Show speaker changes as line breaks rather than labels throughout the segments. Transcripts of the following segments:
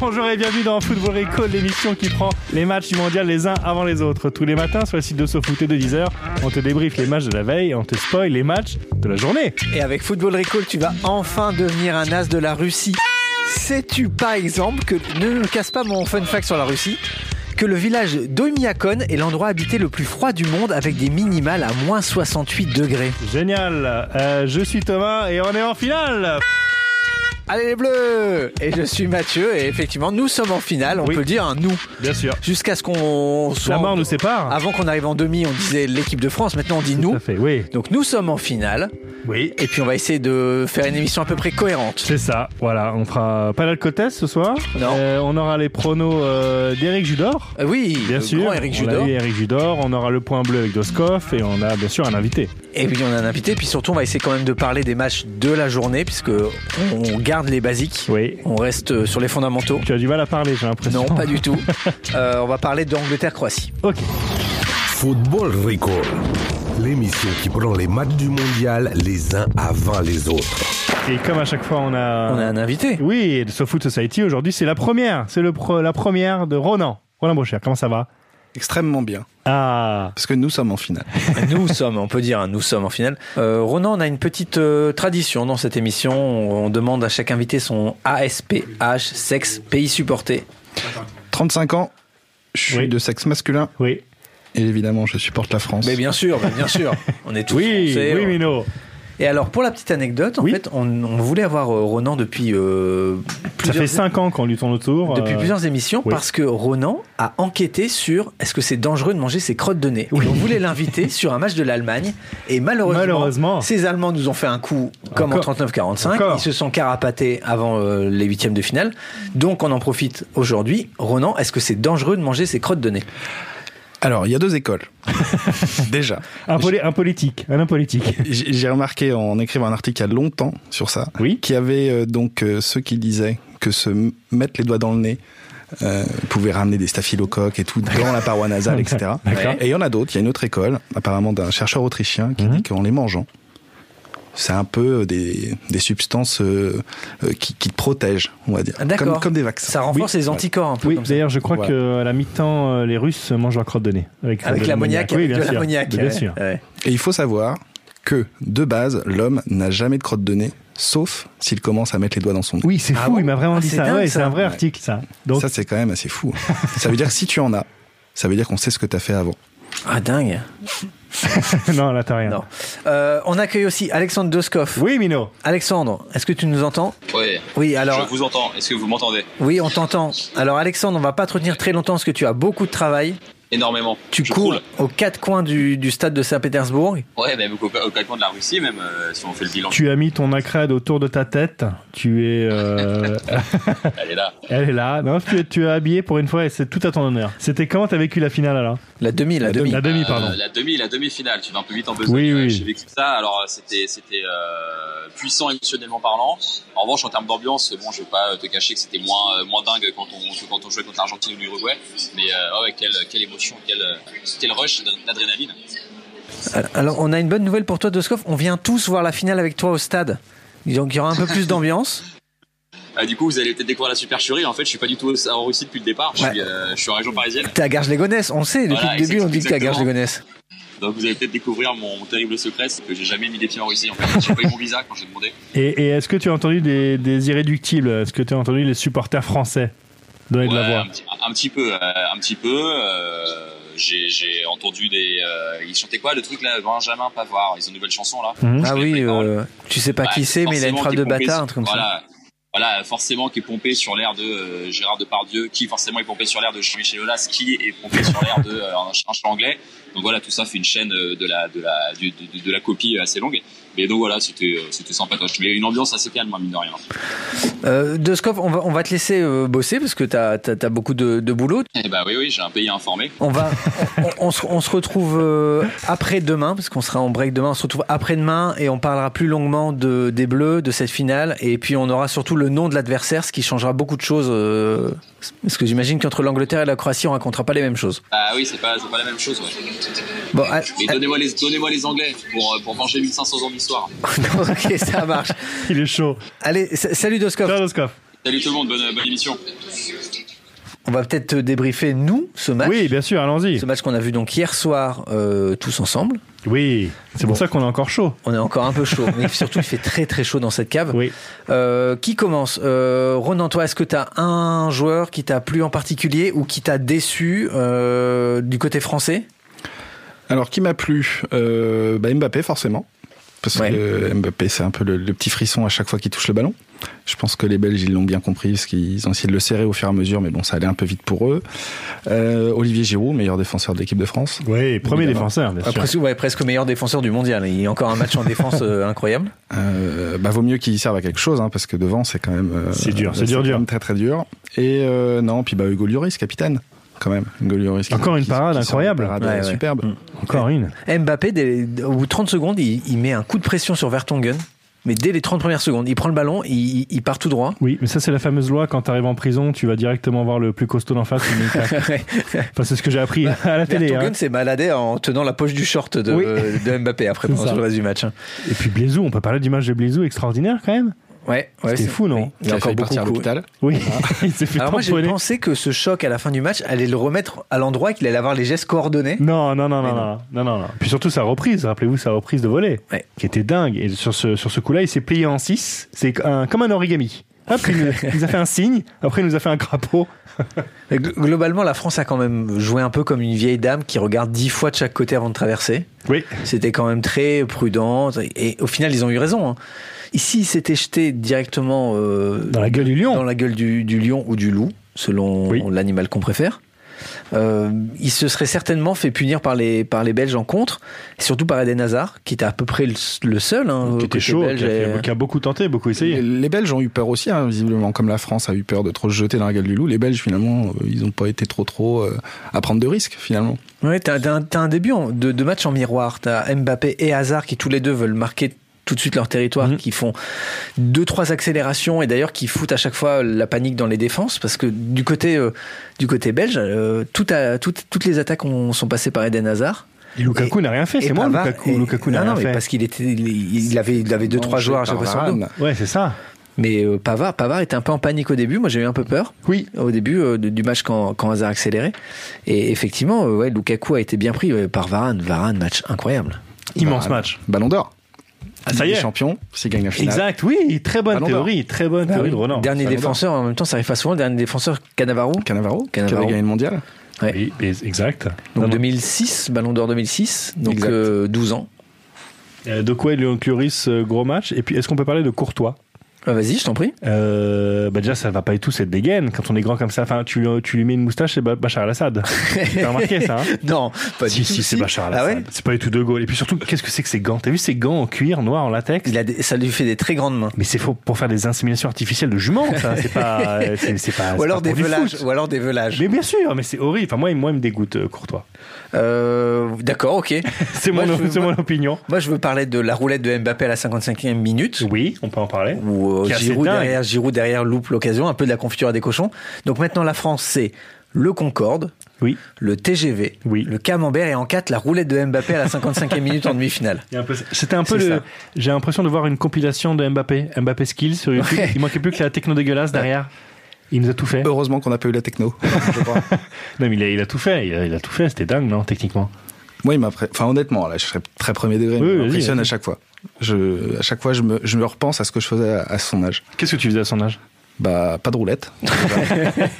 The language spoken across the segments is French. Bonjour et bienvenue dans Football Recall, l'émission qui prend les matchs du mondial les uns avant les autres. Tous les matins sur le site de SoFoot et de 10h, on te débriefe les matchs de la veille et on te spoil les matchs de la journée.
Et avec Football Recall, tu vas enfin devenir un as de la Russie. Sais-tu par exemple que, ne me casse pas mon fun fact sur la Russie, que le village d'Oymyakon est l'endroit habité le plus froid du monde avec des minimales à moins 68 degrés.
Génial Euh, Je suis Thomas et on est en finale
Allez les bleus Et je suis Mathieu et effectivement nous sommes en finale, on
Oui.
peut le dire un nous.
Bien sûr.
Jusqu'à ce qu'on soit...
La mort
en-
nous sépare
Avant qu'on arrive en demi, on disait l'équipe de France, maintenant on dit
Tout
Ah, nous.
à fait, oui.
Donc nous sommes en finale
Oui.
et puis on va essayer de faire une émission à peu près cohérente.
C'est ça, voilà, on fera pas l'alcotest ce soir.
Non.
Euh, on aura les pronos euh, d'Éric Judor.
Euh, oui,
Bien
le
sûr.
grand Eric
on a
Judor.
eu Eric Judor, on aura le point bleu avec Doskov et on a bien sûr un invité.
Et puis on a un invité, puis surtout on va essayer quand même de parler des matchs de la journée, puisque on garde les basiques,
Oui.
on reste euh, sur les fondamentaux.
Tu as du mal à parler, j'ai l'impression.
Non, pas du tout. Euh, on va parler d'Angleterre-Croatie.
Ok.
Football Recall. L'émission qui prend les matchs du mondial les uns avant les autres.
Et comme à chaque fois, on a.
On a un invité.
Oui, et de SoFoot Society aujourd'hui, c'est la première. C'est le pro- la première de Ronan. Ronan Bocher, comment ça va
Extrêmement bien,
Ah,
parce que nous sommes en finale.
Nous sommes, on peut dire, hein, nous sommes en finale. Euh, Ronan, on a une petite euh, tradition dans cette émission. On, on demande à chaque invité son ASPH, sexe, pays supporté.
35 ans, je suis
Oui.
de sexe masculin
oui.
et évidemment je supporte la France.
Mais bien sûr, mais bien sûr. On est tous
Oui,
français.
oui,
on-
Mino.
Et alors, pour la petite anecdote, en
Oui.
fait, on, on voulait avoir euh, Ronan depuis euh,
Ça
plusieurs
fait 5 ans qu'on lui tourne autour.
depuis
euh,
plusieurs émissions
oui.
parce que Ronan a enquêté sur est-ce que c'est dangereux de manger ses crottes de nez. Et on voulait l'inviter sur un match de l'Allemagne et malheureusement,
Malheureusement.
ces Allemands nous ont fait un coup comme
Encore.
en 39-45.
Encore.
Ils se sont carapatés avant euh, les huitièmes de finale. Donc on en profite aujourd'hui. Ronan, est-ce que c'est dangereux de manger ses crottes de nez
Alors il y a deux écoles. Déjà,
Un, poli- un politique, un homme politique.
j'ai j'ai remarqué en écrivant un article il y a longtemps sur ça,
Oui.
qu'il y avait euh, donc euh, ceux qui disaient que se m- mettre les doigts dans le nez euh, pouvait ramener des staphylocoques et tout dans la paroi nasale, etc.
D'accord.
Et il y en a d'autres. Il y a une autre école, apparemment d'un chercheur autrichien, qui
Mhm.
dit qu'en les mangeant, c'est un peu euh, des, des substances euh, euh, qui, qui te protègent, on va dire,
Ah, D'accord.
comme, comme des vaccins.
Ça renforce les anticorps un peu
Oui,
comme ça.
d'ailleurs, je crois
Ouais.
qu'à la mi-temps, euh, les Russes mangent leur crotte de nez. Avec,
Avec
de
l'ammoniac,
Oui,
avec
bien
de
sûr.
l'ammoniac.
Bien
ouais,
sûr.
ouais.
Et il faut savoir que, de base, l'homme n'a jamais de crotte de nez, sauf s'il commence à mettre les doigts dans son nez.
Oui, c'est
Ah
fou,
bon
il m'a vraiment
Ah,
dit
c'est
ça.
dingue,
Ouais, c'est
ça.
un vrai
Ouais.
article, ça. Donc,
Ça, c'est quand même assez fou. hein. ça veut dire que si tu en as, ça veut dire qu'on sait ce que t'as fait avant.
Ah dingue.
non, là, t'as rien.
Non. Euh, on accueille aussi Alexandre Doskov.
Oui, Mino.
Alexandre, est-ce que tu nous entends
Oui.
Oui, alors.
Je vous entends. Est-ce que vous m'entendez
Oui, on t'entend. Alors Alexandre, on va pas te retenir très longtemps parce que tu as beaucoup de travail.
Énormément.
Tu
je
cours
croule.
aux quatre coins du, du stade de Saint-Pétersbourg.
Ouais, bah, au, au claquement de la Russie, même euh, si on fait le bilan.
Tu as mis ton acrade autour de ta tête. Tu es. euh,
Elle est là.
Elle est là. Non, tu, es- tu es habillé pour une fois et c'est tout à ton honneur. C'était comment t'as vécu la finale alors
La demi, bah, la, demi.
La demi,
Euh,
pardon.
la demi, la demi-finale. Tu vas un peu vite en besogne.
Oui,
Euh,
oui.
J'ai vécu ça. Alors euh, c'était, c'était euh, puissant émotionnellement parlant. En revanche, en termes d'ambiance, bon, je vais pas euh, te cacher que c'était moins, euh, moins dingue quand on, que quand on jouait contre l'Argentine ou l'Uruguay. Mais euh, ouais, quelle, quelle émotion, quel, euh, quel rush d'adrénaline.
Alors on a une bonne nouvelle pour toi, Doskov. On vient tous voir la finale avec toi au stade. Donc il y aura un peu plus d'ambiance.
Euh, du coup, vous allez peut-être découvrir la supercherie. En fait, je suis pas du tout en Russie depuis le départ. Je, suis,
Ouais.
euh, je suis en région parisienne.
T'es à Garges-les-Gonesses, on sait. Depuis
Voilà,
le début, on dit que t'es à
exactement.
Garges-les-Gonesses.
Donc vous allez peut-être découvrir mon, mon terrible secret, c'est que j'ai jamais mis les pieds en Russie. En fait, j'ai pas eu mon visa quand j'ai demandé.
Et, et est-ce que tu as entendu des, des irréductibles Est-ce que tu as entendu les supporters français donner de la
Ouais,
voix
un, petit- un petit peu, euh, un petit peu. euh, j'ai, j'ai entendu des. euh, ils chantaient quoi le truc là, Benjamin Pavard. Ils ont une nouvelle chanson là.
Mhm.
Ah
connais pas
oui,
les paroles.
euh, tu sais pas
Bah,
qui c'est, mais il a une
forcément
frappe
qui
de
est pompée
bâtard,
sur-
un truc comme ça.
voilà, Voilà, forcément qui est pompé sur l'air de euh, Gérard Depardieu, qui forcément est pompé sur l'air de Jean-Michel Aulas, qui est pompé sur l'air de euh, un ch- un chat anglais. Donc voilà, tout ça fait une chaîne euh, de la, de la, du- du- de, la copie euh, assez longue. Mais donc voilà, c'était euh, c'était sympatoche. Mais une ambiance assez calme, hein, mine de rien.
Euh, Doskov, on va, on va te laisser euh, bosser parce que t'as as, beaucoup de, de boulot.
Et bah oui, oui, j'ai un pays informé.
On va, on, on se, on se retrouve euh, après demain parce qu'on sera en break demain. On se retrouve après demain et on parlera plus longuement de des Bleus, de cette finale et puis on aura surtout le nom de l'adversaire, ce qui changera beaucoup de choses. euh, parce que j'imagine qu'entre l'Angleterre et la Croatie, on racontera pas les mêmes choses.
Ah oui, c'est pas, c'est pas la même chose. Ouais.
Bon, ah, à-
Mais donnez-moi les, donnez-moi les Anglais pour, euh, pour venger 1500 ans d'histoire.
ah, ok, ça marche.
Il est chaud.
Allez, sa- salut Doskov.
Ciao, Roscoff.
Salut tout le monde, bonne, bonne émission.
On va peut-être te débriefer nous ce match.
Oui, bien sûr, allons-y.
Ce match qu'on a vu donc hier soir euh, tous ensemble.
Oui, c'est pour ça qu'on est encore chaud.
On est encore un peu chaud, mais surtout il fait très très chaud dans cette cave.
Oui.
Euh, qui commence euh, Ronan, toi, est-ce que tu as un joueur qui t'a plu en particulier ou qui t'a déçu euh, du côté français
Alors, qui m'a plu Euh, bah, Mbappé, forcément. Parce
Ouais.
que Mbappé, c'est un peu le, le petit frisson à chaque fois qu'il touche le ballon. Je pense que les Belges, ils l'ont bien compris, parce qu'ils ont essayé de le serrer au fur et à mesure, mais bon, ça allait un peu vite pour eux. Euh, Olivier Giroud, meilleur défenseur de l'équipe de France.
Oui, premier
Évidemment.
défenseur, bien sûr.
Après, ouais, presque meilleur défenseur du mondial. Il y a encore un match en défense euh, incroyable.
Euh, bah, vaut mieux qu'il serve à quelque chose, hein, parce que devant, c'est quand même. euh,
C'est dur, c'est dur,
quand
dur.
même Très, très dur. Et euh, non, puis bah, Hugo Lloris, capitaine, quand même. Hugo Lloris. qui-
Encore une
qui-
parade
qui sort une
incroyable.
parade,
Ouais,
euh,
ouais. Mm.
Superbe.
Encore une.
Mbappé, dès, au bout de 30 secondes, il, il met un coup de pression sur Vertonghen. Mais dès les 30 premières secondes, il prend le ballon, il, il part tout droit.
Oui, mais ça, c'est la fameuse loi. Quand t'arrives en prison, tu vas directement voir le plus costaud d'en face. tu mets une claque. Enfin, c'est ce que j'ai appris
Bah,
à la télé. hein.
Vertonghen s'est baladé en tenant la poche du short de, euh,
Oui.
de Mbappé après pendant
ça.
tout le reste du match. hein.
Et puis Blaisou, on peut parler du match de Blaisou extraordinaire quand même.
Ouais, ouais,
C'était fou, non
oui. Il y a
failli
encore beaucoup
partir à
beaucoup-
l'hôpital.
Oui, il s'est fait
Ah. Alors moi j'ai
tamponner.
pensé que ce choc à la fin du match allait le remettre à l'endroit et qu'il allait avoir les gestes coordonnés.
Non, non, non, non,
Mais
non, non, non, non. Puis surtout sa reprise, rappelez-vous sa reprise de volet,
Ouais.
qui était dingue. Et sur ce, sur ce coup-là, il s'est plié en 6. C'est un- comme un origami. Hop, il nous, il nous a fait un signe. Après, il nous a fait un crapaud.
Mais gl- Globalement la France a quand même joué un peu comme une vieille dame qui regarde dix fois de chaque côté avant de traverser.
Oui.
C'était quand même très prudent et au final ils ont eu raison. hein. Ici ils s'étaient jetés directement euh,
Dans la gueule du lion.
dans la gueule du, du lion ou du loup, selon
Oui.
l'animal qu'on préfère. Euh, il se serait certainement fait punir par les, par les Belges en contre, et surtout par Eden Hazard, qui était à peu près le, le seul. Hein,
qui
côté
était chaud,
belge euh,
qui a, fait-
et-
qui a beaucoup tenté, beaucoup
Les,
essayé.
les Belges ont eu peur aussi, hein, visiblement, comme la France a eu peur de trop se jeter dans la gueule du loup. Les Belges, finalement, euh, ils n'ont pas été trop trop euh, à prendre de risques, finalement.
Ouais, t'as t'as un, t'as un début en- de, de match en miroir. T'as Mbappé et Hazard qui tous les deux veulent marquer tout de suite leur territoire,
Mhm.
qui font deux trois accélérations et d'ailleurs qui foutent à chaque fois la panique dans les défenses parce que du côté euh, du côté belge, euh, tout a- tout- toutes les attaques ont- sont passées par Eden Hazard.
Et Lukaku
Et-
n'a rien fait, c'est
Et
moi
Pavard
Lukaku.
et- Ah
Lukaku n'a
non,
rien
non, mais
fait.
parce qu'il était, il, il avait, il avait deux trois
Mangé
joueurs à chaque
par
fois sur le dos.
Varane.
Ouais, c'est ça.
Mais euh, Pavard, Pavard était un peu en panique au début. Moi, j'ai eu un peu peur.
Oui.
Au début euh, de- du match quand, quand Hazard accélérait. Et effectivement, euh, ouais, Lukaku a été bien pris ouais, par Varane. Varane, match incroyable.
Immense
Bah,
match.
Ballon d'or.
Ah, ça y
Les
est.
champions, s'ils gagnent la finale.
Exact, oui, très bonne
Ballon d'or.
théorie, très bonne
Bah
théorie de Roland.
dernier
Salvador.
défenseur, en même temps, ça arrive pas souvent. Dernier défenseur, Cannavaro.
Cannavaro, qui
Cannavaro.
avait gagné le mondial.
Oui, mais- exact.
Donc
Non, non.
2006, Ballon d'Or 2006. Donc
Exact.
euh, 12 ans.
Euh, De quoi Léon Cluris, euh, gros match. Et puis, est-ce qu'on peut parler de Courtois
Ah, Vas-y, je t'en prie.
Euh, bah déjà, ça va pas du tout cette dégaine. Quand on est grand comme ça, enfin, tu, tu lui mets une moustache, c'est Ba- Bachar al-Assad. T'as remarqué ça hein
non, pas
Si,
du tout.
si, c'est Bachar
Ah
al-Assad.
ouais
c'est pas du tout De Gaulle. Et puis surtout, qu'est-ce que c'est que ces gants T'as vu ces gants en cuir noir en latex
Il a des- ça lui fait des très grandes mains.
Mais c'est faux pour faire des inséminations artificielles de juments, ça. C'est pas, euh, c'est, c'est pas.
Ou
c'est
alors,
pas
des
pour du
velages,
foot.
ou alors des velages.
Mais bien sûr, mais c'est horrible. Enfin, moi, il- moi, il me dégoûte, euh, Courtois.
Euh, D'accord, ok.
C'est
Moi,
mon,
je-
c'est mon opinion.
Moi, je veux parler de la roulette de Mbappé à la 55e minute.
Oui, on peut en parler.
Où euh,
Qui est assez
Giroud
dingue.
derrière, Giroud derrière loupe l'occasion, un peu de la confiture à des cochons. Donc maintenant, la France, c'est le Concorde,
Oui.
le TGV,
Oui.
le Camembert et en 4, la roulette de Mbappé à la 55e minute en demi-finale.
Il y a un peu ça. C'était un peu
C'est
le.
ça.
J'ai l'impression de voir une compilation de Mbappé, Mbappé Skills sur YouTube.
Ouais.
Il manquait plus que la techno dégueulasse derrière. Il nous a tout fait.
Heureusement qu'on n'a pas eu la techno, je crois.
Non, mais il a, il a tout fait, il a, il a tout fait, c'était dingue, non, techniquement
Moi, il m'impressionne. Enfin, honnêtement, là, je serais très premier degré. mais
Oui,
il
vas-y,
m'impressionne
vas-y.
à chaque fois. Je, à chaque fois, je me, je me repense à ce que je faisais à, à son âge.
Qu'est-ce que tu faisais à son âge
Bah, pas de roulette.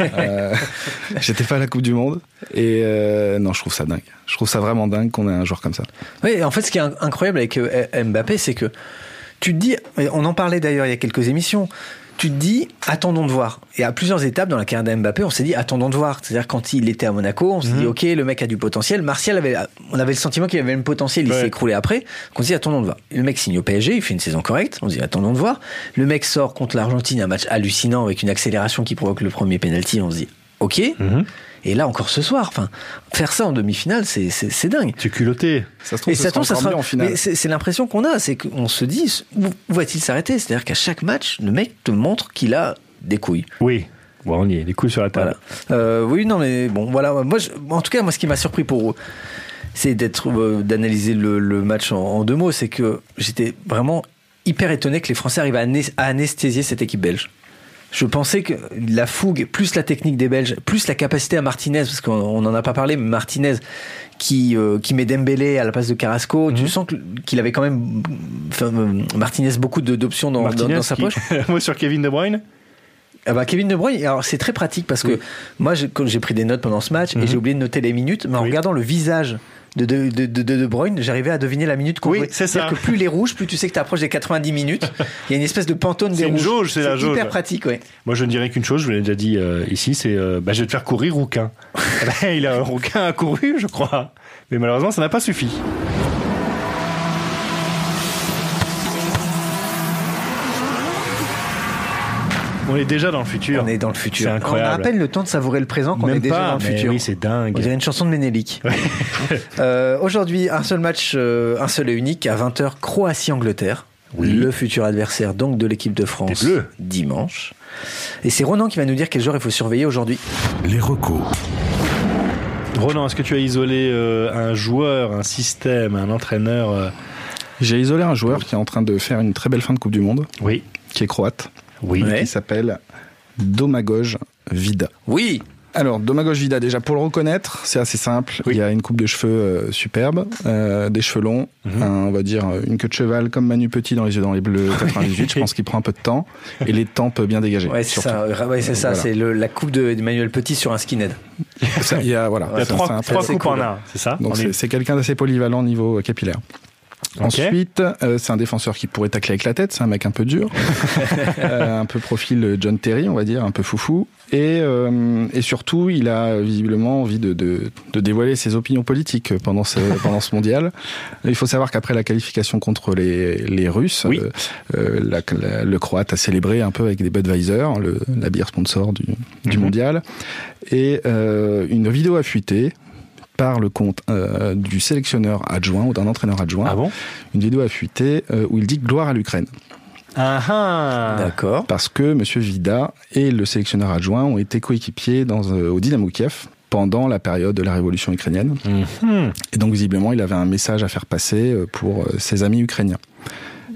Euh, J'étais pas à la Coupe du Monde. Et euh, non, je trouve ça dingue. Je trouve ça vraiment dingue qu'on ait un joueur comme ça.
Oui, et en fait, ce qui est in- incroyable avec euh, Mbappé, c'est que tu te dis, et on en parlait d'ailleurs il y a quelques émissions, tu te dis attendons de voir. Et à plusieurs étapes dans la carrière d'Mbappé, on s'est dit attendons de voir. C'est-à-dire quand il était à Monaco, on s'est dit ok le mec a du potentiel. Martial avait, on avait le sentiment qu'il avait le potentiel, il
Ouais.
s'est écroulé après. Qu'on s'est dit attendons de voir. Le mec signe au PSG, il fait une saison correcte. On se dit attendons de voir. Le mec sort contre l'Argentine, un match hallucinant avec une accélération qui provoque le premier penalty. On se dit ok.
Mhm.
Et là encore ce soir, enfin faire ça en demi-finale, c'est- c'est c'est dingue.
Tu es culotté.
Ça
Et
se trouve, ça
ça tombe, ça sera.
mieux en finale.
Mais c'est c'est l'impression qu'on a, c'est qu'on se dit où, où va-t-il s'arrêter C'est-à-dire qu'à chaque match, le mec te montre qu'il a des couilles.
Oui. Bon, on y est, les coups sur la table.
Voilà. Euh, oui, non, mais bon, voilà. Moi, je- en tout cas, moi, ce qui m'a surpris pour c'est d'être euh, d'analyser le, le match en, en deux mots, c'est que j'étais vraiment hyper étonné que les Français arrivent à, anes- à anesthésier cette équipe belge. Je pensais que la fougue, plus la technique des Belges, plus la capacité à Martinez, parce qu'on on en a pas parlé, mais Martinez qui euh, qui met Dembélé à la place de Carrasco, tu sens que- qu'il avait quand même enfin, euh, Martinez beaucoup de- d'options dans, dans-
Martinez
dans sa
qui-
poche.
Moi sur Kevin De Bruyne.
Ah bah Kevin De Bruyne, alors c'est très pratique parce que moi j'ai- quand j'ai pris des notes pendant ce match et j'ai oublié de noter les minutes, mais en
Mhm. Oui.
regardant le visage de De, de, de, de De Bruyne, j'arrivais à deviner la minute qu'on
Oui,
jouait.
c'est ça.
C'est-à-dire que plus les rouges, plus tu sais que tu approches des 90 minutes. Il y a une espèce de pantone des
C'est une
rouges.
jauge, c'est la jauge.
hyper pratique, ouais.
Moi, je ne dirais qu'une chose, je vous l'ai déjà dit euh, ici, c'est euh, bah, je vais te faire courir Rouquin. Eh ben, il a Rouquin a couru, je crois. Mais malheureusement, ça n'a pas suffi. On est déjà dans le futur.
On est dans le futur.
C'est
On a à
incroyable.
peine le temps de savourer le présent qu'on
Même
est déjà
pas,
dans le
mais
futur.
Oui, c'est
On
dingue.
dirait une chanson de Ménélique. Euh, Aujourd'hui, un seul match, euh, un seul et unique, à 20h, Croatie-Angleterre. Le futur adversaire donc de l'équipe de France
Des Bleus.
dimanche. Et c'est Ronan qui va nous dire quel joueur il faut surveiller aujourd'hui.
Les recos.
Ronan, est-ce que tu as isolé euh, un joueur, un système, un entraîneur euh,
J'ai isolé un joueur qui est en train de faire une très belle fin de Coupe du Monde,
Oui.
qui est croate,
Oui.
qui s'appelle Domagoj Vida.
Oui,
Alors, Domagoj Vida, déjà pour le reconnaître, c'est assez simple.
Oui.
Il y a une coupe de cheveux euh, superbe, euh, des cheveux longs, un- on va dire euh, une queue de cheval comme Manu Petit dans les yeux dans les bleus 98. je pense qu'il prend un peu de temps et les tempes bien dégagées.
ouais, c'est
surtout.
ça, Euh, ouais, c'est ça,
Voilà.
c'est le- la coupe de- d'Emmanuel Petit sur un skinhead.
Ça, il y a voilà.
Il y a
ça, c'est
trois,
un
trois
c'est
coupes
cool.
en un, c'est ça
Donc
On
c'est-
est-
c'est quelqu'un d'assez polyvalent niveau euh, capillaire.
Ok.
Ensuite, euh, c'est un défenseur qui pourrait tacler avec la tête, c'est un mec un peu dur, Euh, un peu profil euh, John Terry, on va dire, un peu foufou. Et, euh, et surtout, il a euh, visiblement envie de, de, de dévoiler ses opinions politiques euh, pendant ce, pendant ce mondial. Il faut savoir qu'après la qualification contre les, les Russes,
Oui.
euh, euh, la- la- le Croate a célébré un peu avec des Budweiser, le, la bière sponsor du, du
Mhm.
mondial. Et euh, une vidéo a fuité par le compte euh, du sélectionneur adjoint ou d'un entraîneur adjoint.
Ah bon
Une vidéo a fuité euh, où il dit gloire à l'Ukraine.
Ah ah
D'accord.
Parce que M. Vida et le sélectionneur adjoint ont été coéquipiers dans, euh, au Dynamo Kiev pendant la période de la révolution ukrainienne.
Mhm.
Et donc, visiblement, il avait un message à faire passer euh, pour euh, ses amis ukrainiens.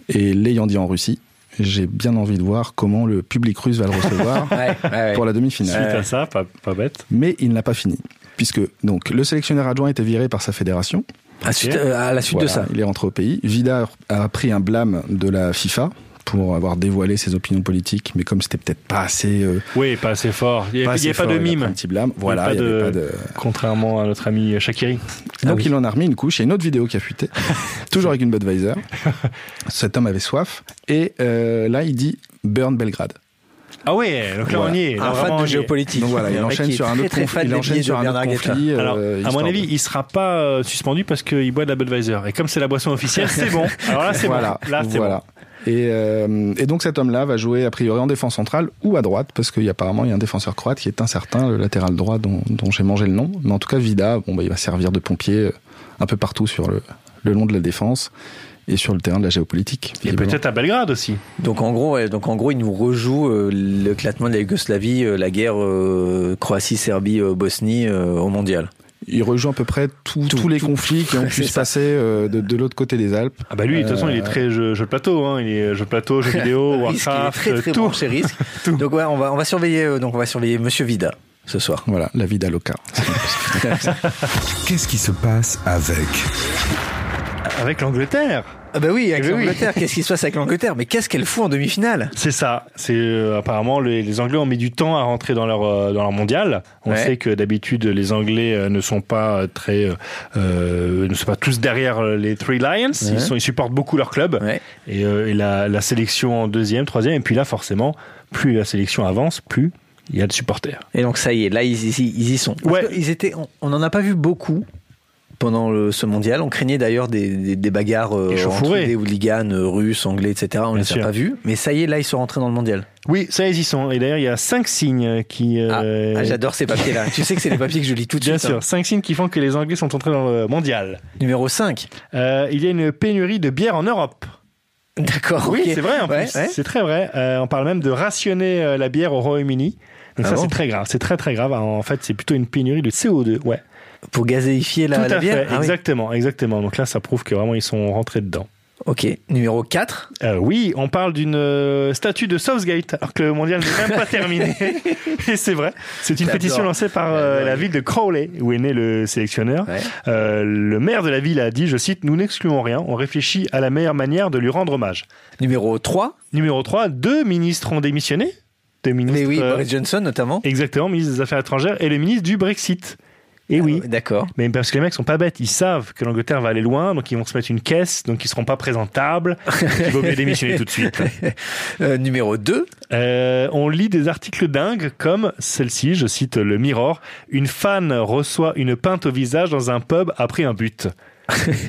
Et l'ayant dit en Russie, j'ai bien envie de voir comment le public russe va le recevoir
Ouais, ouais, ouais.
pour la demi-finale.
Suite à ça, pas, pas bête.
Mais il n'a pas fini. Puisque donc le sélectionneur adjoint était viré par sa fédération.
À, suite- euh, à la suite de
Voilà,
ça.
Il est rentré au pays. Vida a pris un blâme de la FIFA pour avoir dévoilé ses opinions politiques, mais comme c'était peut-être pas assez. euh,
Oui, pas assez fort. Il n'y
assez
avait pas
fort,
de
il a pris Un
mime.
petit blâme. Voilà,
pas
il y avait
de-
pas de.
Contrairement à notre ami Shakiri.
Donc
oui.
il en a remis une couche. Il y a une autre vidéo qui a fuité, toujours avec une Budweiser. Cet homme avait soif. Et euh, là, il dit Burn Belgrade.
Ah ouais, donc là
Voilà.
on y est. là,
Un
vraiment,
fan
on y
de
est.
géopolitique.
Donc voilà, il
Un mec
enchaîne
qui est
sur un
très,
autre
très
conflit.
fan
Il
des
enchaîne
billets
sur
de
un
Bernard
autre
Guetta.
conflit. euh,
Alors, à mon
histoire
avis,
de-
il sera pas euh, suspendu parce qu'il boit de la Budweiser. Et comme c'est la boisson officielle, c'est bon. Alors là, Ah, c'est
voilà.
bon. Là, c'est
voilà. Et, euh, et donc cet homme-là va jouer a priori en défense centrale ou à droite, parce qu'apparemment il y a un défenseur croate qui est incertain, le latéral droit dont, dont j'ai mangé le nom. Mais en tout cas, Vida, bon, bah, il va servir de pompier euh, un peu partout sur le, le long de la défense et sur le terrain de la géopolitique.
bon. Et
visiblement.
peut-être à Belgrade aussi.
Donc en gros, ouais, donc en gros, il nous rejoue euh, l'éclatement de la Yougoslavie, euh, la guerre euh, Croatie, Serbie, euh, Bosnie euh, au mondial.
Il rejoue à peu près tout-
Tout,
tous les
tout.
conflits qui ont
C'est
pu se
ça.
passer euh, de, de l'autre côté des Alpes.
Ah bah lui, de toute façon,
Euh,
il est très jeu, jeu de plateau. Hein. Il est jeu de plateau, jeu vidéo,
Risque, il est
Warcraft,
très très
tout.
bon chez Risque. donc ouais, on va on va surveiller euh, donc on va surveiller Monsieur Vida ce soir.
Voilà, la vie d'Aloca.
Qu'est-ce qui se passe avec
Avec l'Angleterre
Ah bah oui, avec
Eh ben oui.
l'Angleterre, qu'est-ce qui se passe avec l'Angleterre Mais qu'est-ce qu'elle fout en demi-finale
C'est ça. C'est euh, apparemment les, les Anglais ont mis du temps à rentrer dans leur euh, dans leur mondial. On
Ouais.
sait que d'habitude les Anglais euh, ne sont pas euh, très euh, euh, ne sont pas tous derrière euh, les Three Lions.
Ouais.
Ils sont ils supportent beaucoup leur club
Ouais.
et, euh, et la, la sélection en deuxième, troisième et puis là forcément plus la sélection avance, plus il y a de supporters.
Et donc ça y est, là ils, ils- ils y sont. Parce
Ouais.
que Ils étaient, on- on n'en a pas vu beaucoup pendant le- ce mondial. On craignait d'ailleurs des, des- des bagarres euh, entre
chauffourées.
des hooligans euh, russes, anglais, etc. On
Bien
les
sûr.
a pas vus. Mais ça y est, là ils sont rentrés dans le mondial.
Oui, ça ils y sont. Et d'ailleurs il y a cinq signes qui
Ah,
euh,
Ah, J'adore ces papiers-là. tu sais que c'est les papiers que je lis tout de
bien
suite.
sûr
hein.
cinq signes qui font que les Anglais sont entrés dans le mondial.
Numéro 5.
Euh, il y a une pénurie de bière en Europe.
D'accord.
Oui,
ok.
c'est vrai en
Ouais,
plus.
ouais.
C'est très vrai. Euh, on parle même de rationner euh, la bière au Royaume-Uni. Donc
Ah
ça,
bon
c'est très grave. C'est très très grave. En fait, c'est plutôt une pénurie de CO2. Ouais.
Pour gazéifier la,
Tout
la
à
bière.
fait.
Ah oui.
exactement, exactement. Donc là, ça prouve que vraiment ils sont rentrés dedans.
Ok. Numéro 4.
Euh, oui, on parle d'une euh, statue de Southgate, alors que le mondial n'est même pas terminé. Et c'est vrai. C'est une
J'adore.
pétition lancée par euh,
J'adore.
la ville de Crowley, où est né le sélectionneur.
Ouais.
Euh, le maire de la ville a dit, je cite, nous n'excluons rien. On réfléchit à la meilleure manière de lui rendre hommage.
Numéro 3.
Numéro 3, deux ministres ont démissionné. Deux ministres.
Mais oui,
euh,
Boris Johnson notamment.
exactement, ministre des Affaires étrangères et le ministre du Brexit. Et oui.
Ah, D'accord.
Mais parce que les mecs sont pas bêtes, ils savent que l'Angleterre va aller loin, donc ils vont se mettre une caisse, donc ils seront pas présentables, donc il vaut mieux démissionner tout de suite.
Euh, numéro 2.
Euh, on lit des articles dingues comme celle-ci, je cite le Mirror, une fan reçoit une peinte au visage dans un pub après un but.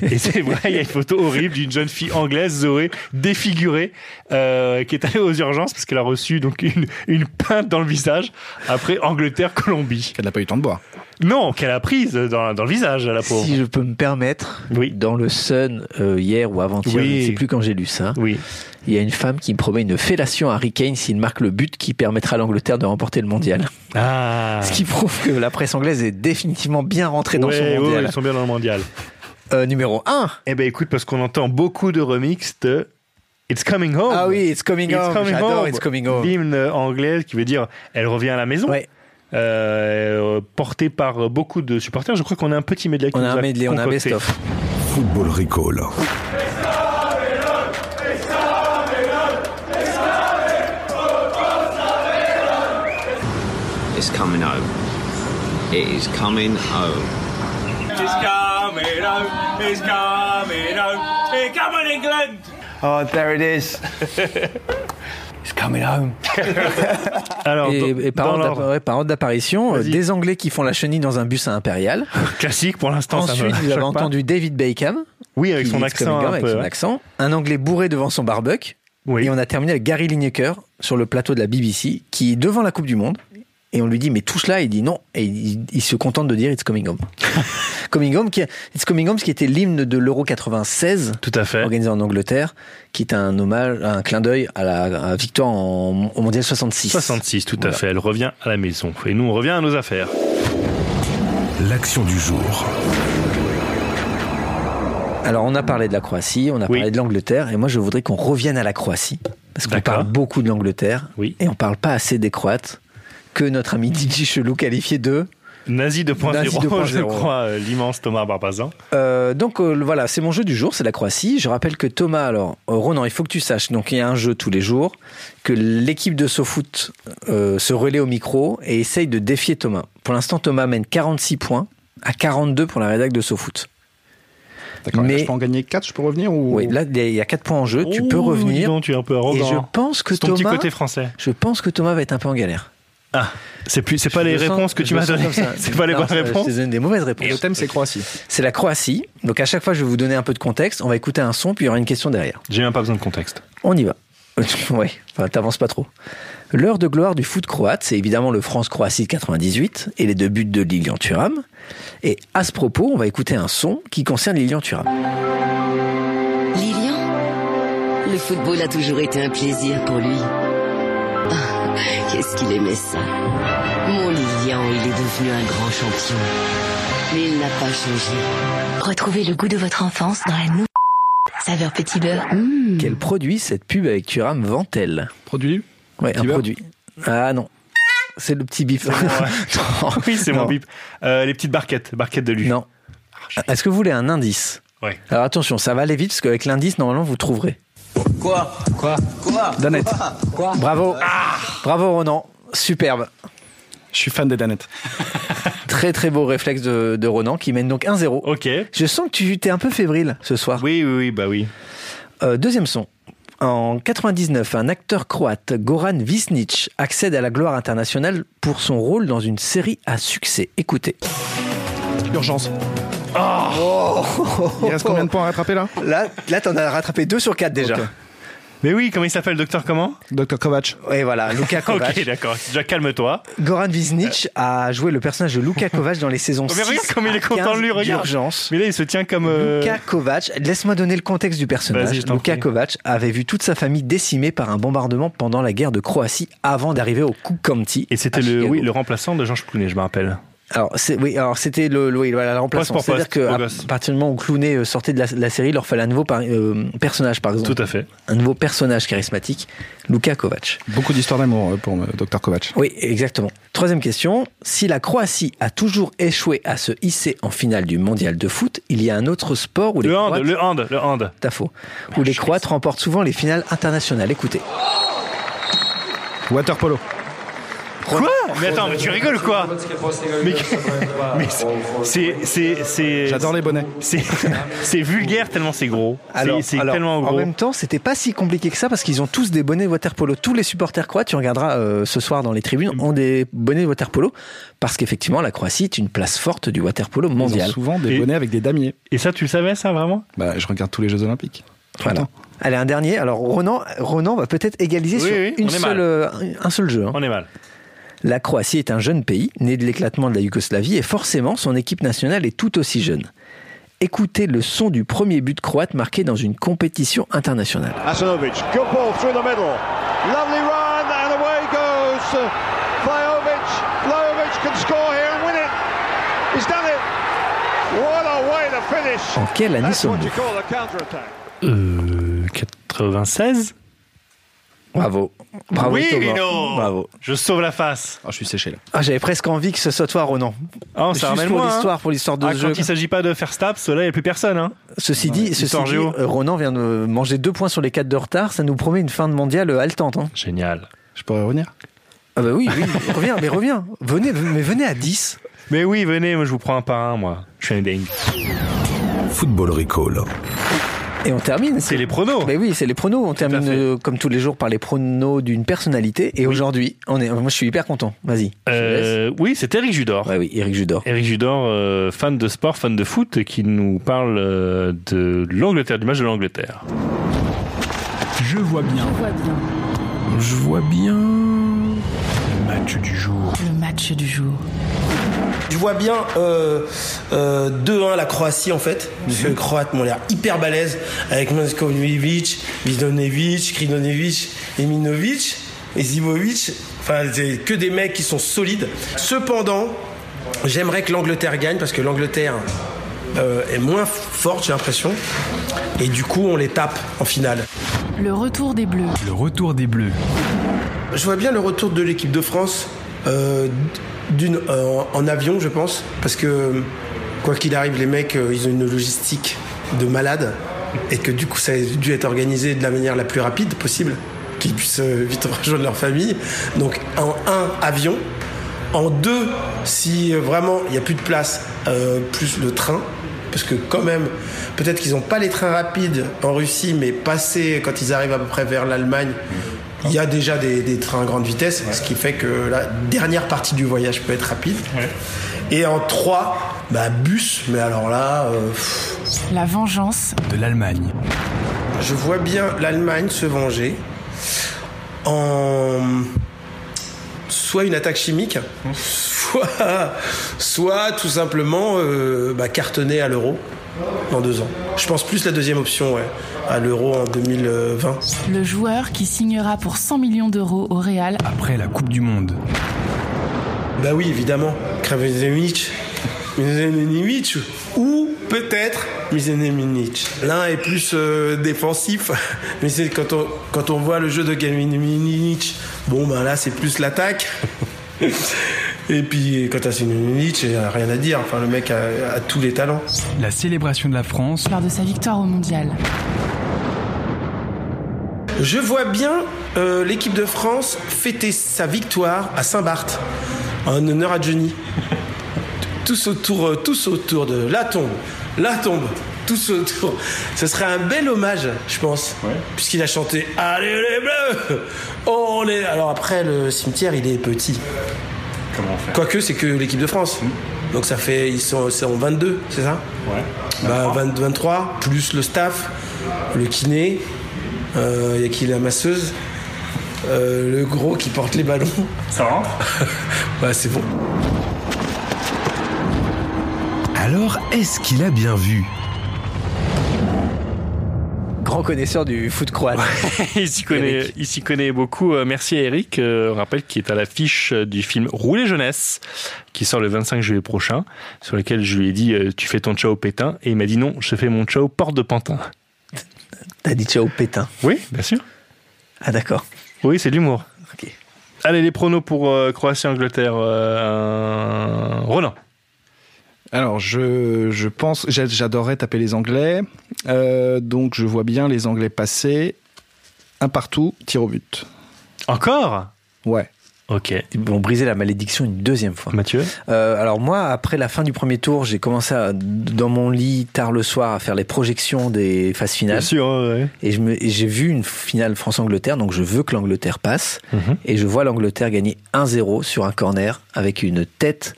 Et c'est vrai, il y a une photo horrible d'une jeune fille anglaise, Zoé, défigurée, euh, qui est allée aux urgences parce qu'elle a reçu donc une, une peinte dans le visage après Angleterre-Colombie.
Elle n'a pas eu le temps de boire.
Non, qu'elle a prise dans, dans le visage, la pauvre.
Si je peux me permettre,
Oui.
dans le Sun euh, hier ou avant-hier,
Oui.
je ne sais plus quand j'ai lu ça,
Oui.
il y a une femme qui promet une fellation à Harry Kane s'il marque le but qui permettra à l'Angleterre de remporter le mondial.
Ah.
Ce qui prouve que la presse anglaise est définitivement bien rentrée dans
Ouais,
son
ouais,
mondial.
ils sont bien dans le mondial.
Euh, numéro 1.
Eh ben écoute, parce qu'on entend beaucoup de remix de It's Coming Home.
ah oui, It's Coming
Oh. It's
Home.
Coming
J'adore
Home.
It's Coming Home.
L'hymne anglais qui veut dire elle revient à la maison.
Ouais,
Euh, porté par beaucoup de supporters. Je crois qu'on a un petit medley. qui
on a
nous
un medley, on a un
concocté.
best-of.
Football Recall.
It's coming home. It is coming home.
It's coming home, it's coming home, Hey, come on England!
Oh, there it is. it's coming home.
Alors,
Et,
dans-
et par
dans
ordre
l'ordre
d'app- ouais, par ordre d'apparition, euh,
Vas-y.
des Anglais qui font la chenille dans un bus à Impérial.
classique pour l'instant. ça me
Ensuite, vous avez
choque pas.
entendu David Beckham.
Oui, avec
qui
son
dit
accent
Coming
un
Home avec
peu.
son
ouais.
accent. Un Anglais bourré devant son barbuck.
Oui.
Et on a terminé avec Gary Lineker sur le plateau de la BBC, qui est devant la Coupe du Monde. Et on lui dit, mais tout cela, il dit non. Et il, il se contente de dire It's Coming Home. coming Home, qui, It's Coming Home, ce qui était l'hymne de l'Euro 96,
Tout à fait.
organisé en Angleterre, qui est un hommage, un clin d'œil à la à la victoire en- au mondial 66.
66, tout à fait. Elle revient à la maison. Et nous, on revient à nos affaires.
L'action du jour.
Alors, on a parlé de la Croatie, on a
Oui.
parlé de l'Angleterre, et moi, je voudrais qu'on revienne à la Croatie. Parce qu'on
D'accord.
parle beaucoup de l'Angleterre,
Oui.
et on parle pas assez des Croates, que notre ami Didier Chelou qualifiait de.
Nazi 2.0,
Nazi 2.0,
je
ouais.
crois, euh, l'immense Thomas Barbazan.
Euh, donc euh, voilà, c'est mon jeu du jour, c'est la Croatie. Je rappelle que Thomas, alors euh, Ronan, il faut que tu saches, donc il y a un jeu tous les jours, que l'équipe de SoFoot euh, se relaie au micro et essaye de défier Thomas. Pour l'instant, Thomas mène 46 points à 42 pour la rédac de SoFoot.
D'accord.
Mais-
Mais... Je peux en gagner 4, je peux revenir ou...
Oui, là il y a- il y a 4 points en jeu, tu peux
Ouh, Oh. dis
revenir.
donc, tu es un peu
Et
arrogant.
je pense que
C'est ton petit
Thomas,
côté français.
je pense que Thomas va être un peu en galère.
Ah, c'est plus, c'est pas
Je
les
le sens-
réponses que
je
tu
le
m'as
sens
données.
comme ça.
C'est pas les
Non,
bonnes
ça,
réponses.
Je te donne des mauvaises
Et le
réponses.
thème, c'est Croatie.
C'est la Croatie. Donc à chaque fois, je vais vous donner un peu de contexte. On va écouter un son, puis il y aura une question derrière.
J'ai même pas besoin de contexte.
On y va. ouais, enfin, t'avances pas trop. L'heure de gloire du foot croate, c'est évidemment le France-Croatie de 98 et les deux buts de Lilian Thuram. Et à ce propos, on va écouter un son qui concerne Lilian Thuram.
Lilian Le football a toujours été un plaisir pour lui. Ah, Qu'est-ce qu'il aimait ça Mon Lilian, il est devenu un grand champion. Mais il n'a pas changé.
Retrouvez le goût de votre enfance dans la nouvelle saveur petit beurre. Mmh.
Quel produit cette pub avec Thuram vend-elle
Produit
Ouais,
Petit
un
beurre
produit. Ah non. C'est le petit bif. Non.
Oui, c'est mon
Non.
bip. Euh, les petites barquettes, barquettes de lui.
Non. Est-ce que vous voulez un indice
Ouais.
Alors attention, ça va aller vite parce qu'avec l'indice, normalement, vous trouverez.
Quoi
Quoi
Quoi
Danette.
Quoi
Bravo. Bravo, Ronan. Superbe.
Je suis fan des Danettes.
Très, très beau réflexe de, de Ronan qui mène donc 1-0.
Ok.
Je sens que tu t'es un peu fébrile ce soir.
Oh. Oui, oui, oui, bah oui.
Euh, deuxième son. En 99, un acteur croate, Goran Visnić, accède à la gloire internationale pour son rôle dans une série à succès. Écoutez.
Urgence. Il reste combien de points à rattraper là
Là, là t'en as rattrapé 2 sur 4 déjà.
Mais oui, comment il s'appelle, docteur comment
Docteur Kovac.
Et voilà, Luka Kovac.
Ok, d'accord. Déjà, calme-toi.
Goran Visnić a joué le personnage de Luka Kovac dans les saisons
Oh,
6
mais regarde comme il est
à
content de lui,
15
regarde.
d'urgence.
Mais là, il se tient comme. euh,
Luka Kovac, laisse-moi donner le contexte du
Vas-y,
personnage.
je t'en
Luka
prie.
Kovac avait vu toute sa famille décimée par un bombardement pendant la guerre de Croatie avant d'arriver au Kukanti.
Et c'était
à
le,
Chicago.
oui, le remplaçant de Jean Chouclounet, je me rappelle.
Alors, c'est, oui, alors c'était le, le, oui, voilà, le remplaçant.
Poste pour
C'est-à-dire
poste,
qu'à
au gosse.
partir du moment où Clooney euh, sortait de la, de la série, il leur fallait un nouveau par- euh, personnage, par exemple.
Tout à fait.
Un nouveau personnage charismatique, Luka Kovac.
Beaucoup d'histoires d'amour euh, pour Docteur Kovac.
Oui, exactement. Troisième question. Si la Croatie a toujours échoué à se hisser en finale du mondial de foot, il y a un autre sport où les
Le hand,
Croates...
le hand, le Ah, hand.
T'as faux. Où les Croates remportent souvent les finales internationales. Écoutez.
Water polo.
Quoi Mais attends, mais tu rigoles ou quoi Mais, mais c'est. c'est- c'est-
J'adore les bonnets.
C'est c'est vulgaire tellement c'est gros. C'est-
Alors,
C'est
alors,
tellement gros.
en même temps, c'était pas si compliqué que ça parce qu'ils ont tous des bonnets waterpolo. Tous les supporters croates, tu regarderas euh, ce soir dans les tribunes, ont des bonnets waterpolo parce qu'effectivement, la Croatie est une place forte du waterpolo
Ils ont
mondial.
souvent des
Et-
bonnets avec des damiers.
Et ça, tu le savais, ça, vraiment
Bah, je regarde tous les Jeux Olympiques.
Voilà. Allez, un dernier. Alors, Ronan, Ronan va peut-être égaliser
Oui,
sur
oui,
une
on est
seule,
mal.
euh, un seul jeu. hein.
On est mal.
La Croatie est un jeune pays, né de l'éclatement de la Yougoslavie, et forcément son équipe nationale est tout aussi jeune. Écoutez le son du premier but croate marqué dans une compétition internationale.
Asanovic, good ball through the middle. Lovely run, and away goes uh, Vlahovic. Vlahovic can score here and win it. He's done it. What a way to finish.
En quelle année
That's what
sommes-nous
you call a counter-attack.
Euh. 96
Bravo. Bravo
Oui,
Thomas.
Lino
Bravo.
Je sauve la face.
Ah, je suis séché là.
Ah, J'avais presque envie que ce soit toi, Ronan.
Ah, on
Juste
s'en ramène
pour
moins, hein.
l'histoire, pour l'histoire de
Ah,
ce
quand
jeu.
il s'agit pas de faire stab, cela, il n'y a plus personne. Hein.
Ceci dit, ceci
histoire
dit,
géo.
euh, Ronan vient de manger deux points sur les quatre de retard. Ça nous promet une fin de mondiale euh, haletante. hein.
Génial.
Je pourrais revenir
Ah bah oui, oui. reviens, mais reviens. Venez, mais venez à 10.
Mais oui, venez, moi, je vous prends un par un, moi. Je suis un dingue.
Football Recall.
Et on termine.
C'est les pronos.
Mais oui, c'est les pronos. On termine
fait.
euh, comme tous les jours par les pronos d'une personnalité. Et aujourd'hui, on est. Moi, je suis hyper content. Vas-y. je te laisse.
Euh, oui, c'est Eric Judor.
Ouais, oui, Eric Judor.
Eric Judor, euh, fan de sport, fan de foot, qui nous parle euh, de l'Angleterre, du match de l'Angleterre.
Je vois bien
Je vois bien.
le match du jour.
Le match du jour.
Je vois bien euh, euh, 2-1 la Croatie en fait, parce que les Croates m'ont l'air hyper balèzes avec Moskovjevic, Vidonevic, Kridonevic, Eminovic et Zivovic. Enfin, c'est que des mecs qui sont solides. Cependant, j'aimerais que l'Angleterre gagne parce que l'Angleterre euh, est moins forte, j'ai l'impression. Et du coup, on les tape en finale.
Le retour des Bleus.
Le retour des Bleus.
Je vois bien le retour de l'équipe de France euh, d'une euh, en avion, je pense, parce que quoi qu'il arrive, les mecs, euh, ils ont une logistique de malade et que du coup, ça a dû être organisé de la manière la plus rapide possible, qu'ils puissent euh, vite rejoindre leur famille. Donc en un avion, en deux, si euh, vraiment il n'y a plus de place, euh, plus le train. Parce que quand même, peut-être qu'ils n'ont pas les trains rapides en Russie, mais passer quand ils arrivent à peu près vers l'Allemagne, il y a déjà des, des trains à grande vitesse, ce qui fait que la dernière partie du voyage peut être rapide. Et en trois, bah, bus, mais alors là, euh, pff,
La vengeance.
De l'Allemagne.
je vois bien l'Allemagne se venger en soit une attaque chimique, soit, soit tout simplement euh, bah, cartonner à l'euro dans deux ans. Je pense plus la deuxième option, ouais, à l'euro en 2020.
Le joueur qui signera pour 100 millions d'euros au Real.
Après la Coupe du Monde.
Bah oui, évidemment. Kravezemich. Mizeneminic ou peut-être Mizeneminic. L'un est plus euh, défensif, mais c'est quand on, quand on voit le jeu de Mizeneminic, bon ben là c'est plus l'attaque. Et puis, quand t'as Sinonic, rien à dire. Enfin, le mec a, a tous les talents.
La célébration de la France.
Lors de sa victoire au mondial.
Je vois bien euh, l'équipe de France fêter sa victoire à Saint-Barth, en honneur à Johnny. Tous autour, euh, tous autour de la tombe, la tombe, tous autour. Ce serait un bel hommage, je pense, puisqu'il a chanté Allez les Bleus, on est. Alors après, le cimetière, il est petit.
Comment faire Hmm.
Quoique, c'est que l'équipe de France. Donc ça fait, ils sont, c'est en 22, c'est ça
Ouais.
Bah, 20 23, plus le staff, le kiné, il y a qui la masseuse, euh, le gros qui porte les ballons.
Ça rentre
Bah c'est bon.
Alors, est-ce qu'il a bien vu
euh,
Grand connaisseur du foot croate.
il s'y connaît, il s'y connaît beaucoup. Euh, merci à Eric. Euh, on rappelle qu'il est à l'affiche euh, du film Rouler jeunesse, qui sort le 25 juillet prochain, sur lequel je lui ai dit euh, tu fais ton ciao pétain, et il m'a dit non, je fais mon ciao porte de pantin.
T'as dit ciao pétain.
Oui, bien sûr.
Ah d'accord.
Oui, c'est de l'humour.
Ok.
Allez, les pronos pour euh, Croatie-Angleterre. euh, Roland.
Alors, je, je pense, j'a- j'adorerais taper les Anglais. Euh, donc, je vois bien les Anglais passer. Un partout, tir au but.
Encore
Ouais.
Ok.
Ils vont briser la malédiction une deuxième fois.
Mathieu
Euh, alors moi, après la fin du premier tour, j'ai commencé à- dans mon lit tard le soir à faire les projections des phases finales.
sûr, ouais.
Et je me- et j'ai vu une finale France-Angleterre, donc je veux que l'Angleterre passe.
Mhm.
Et je vois l'Angleterre gagner 1-0 sur un corner avec une tête,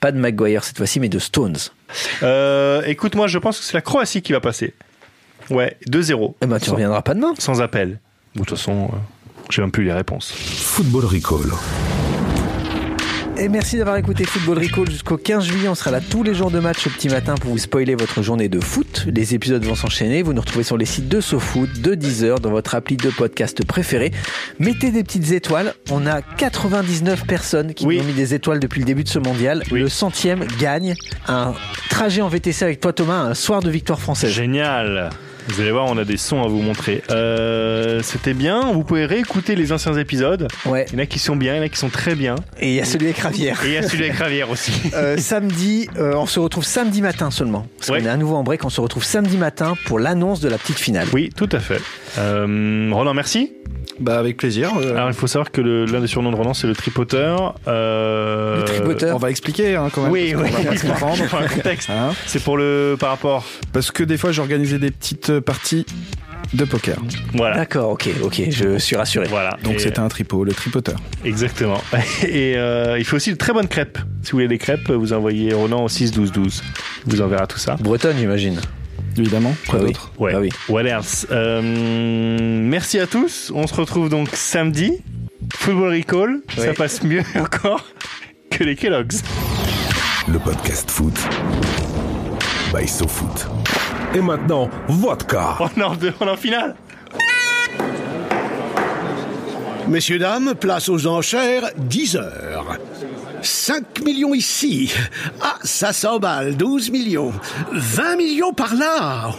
pas de Maguire cette fois-ci, mais de Stones.
Euh, écoute, moi, je pense que c'est la Croatie qui va passer. Ouais, 2-0.
Eh ben, tu
Sans-
reviendras pas demain.
Sans appel. Bon, de toute façon, euh, j'ai même plus les réponses.
Football Recall.
Et merci d'avoir écouté Football Recall jusqu'au 15 juillet. On sera là tous les jours de match au petit matin pour vous spoiler votre journée de foot. Les épisodes vont s'enchaîner. Vous nous retrouvez sur les sites de SoFoot, de Deezer, dans votre appli de podcast préféré. Mettez des petites étoiles. On a 99 personnes qui
Oui.
nous ont mis des étoiles depuis le début de ce mondial.
Oui.
Le centième gagne un trajet en VTC avec toi Thomas, un soir de victoire française.
Génial vous allez voir, on a des sons à vous montrer. Euh, C'était bien. Vous pouvez réécouter les anciens épisodes.
Ouais.
Il y en a qui sont bien, il y en a qui sont très bien.
Et il y a celui avec Ravière.
Et il y a celui avec Ravière aussi.
Euh, samedi, euh, on se retrouve samedi matin seulement. Parce
Ouais.
qu'on est à nouveau en break, on se retrouve samedi matin pour l'annonce de la petite finale.
Oui, tout à fait. Euh, Roland, merci.
Bah, avec plaisir. Euh,
Alors, il faut savoir que le- l'un des surnoms de Roland, c'est le tripoteur. Euh,
Le tripoteur.
on va expliquer hein, quand même.
Oui,
parce
oui.
qu'on va pas se comprendre.
Pour un contexte.
Hein.
C'est pour le par rapport.
Parce que des fois, j'organisais des petites parties de poker.
Voilà.
D'accord, ok, ok, je suis rassuré.
Voilà.
Donc,
Et-
c'était un tripot, le tripoteur.
Exactement. Et euh, il faut aussi de très bonnes crêpes. Si vous voulez des crêpes, vous envoyez Roland au 6-12-12. Il vous enverra tout ça.
Bretonne, j'imagine.
Évidemment. Quoi
Ah oui.
d'autre
Ouais.
Ah oui.
What else Euh, Merci à tous. On se retrouve donc samedi. Football Recall. Ça
Oui.
passe mieux encore que les Kellogg's.
Le podcast foot. By SoFoot. Et maintenant, vodka.
On est en, deux- on est en finale.
Messieurs, dames, place aux enchères, 10 heures. 5 millions ici. Ah, ça s'emballe, 12 millions. 20 millions par là.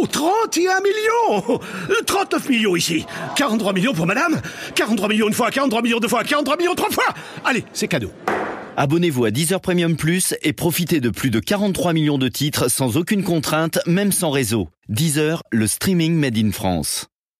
Oh, 31 millions. 39 millions ici. 43 millions pour madame. 43 millions une fois, 43 millions deux fois, 43 millions trois fois. Allez, c'est cadeau.
Abonnez-vous à Deezer Premium Plus et profitez de plus de 43 millions de titres sans aucune contrainte, même sans réseau. Deezer, le streaming made in France.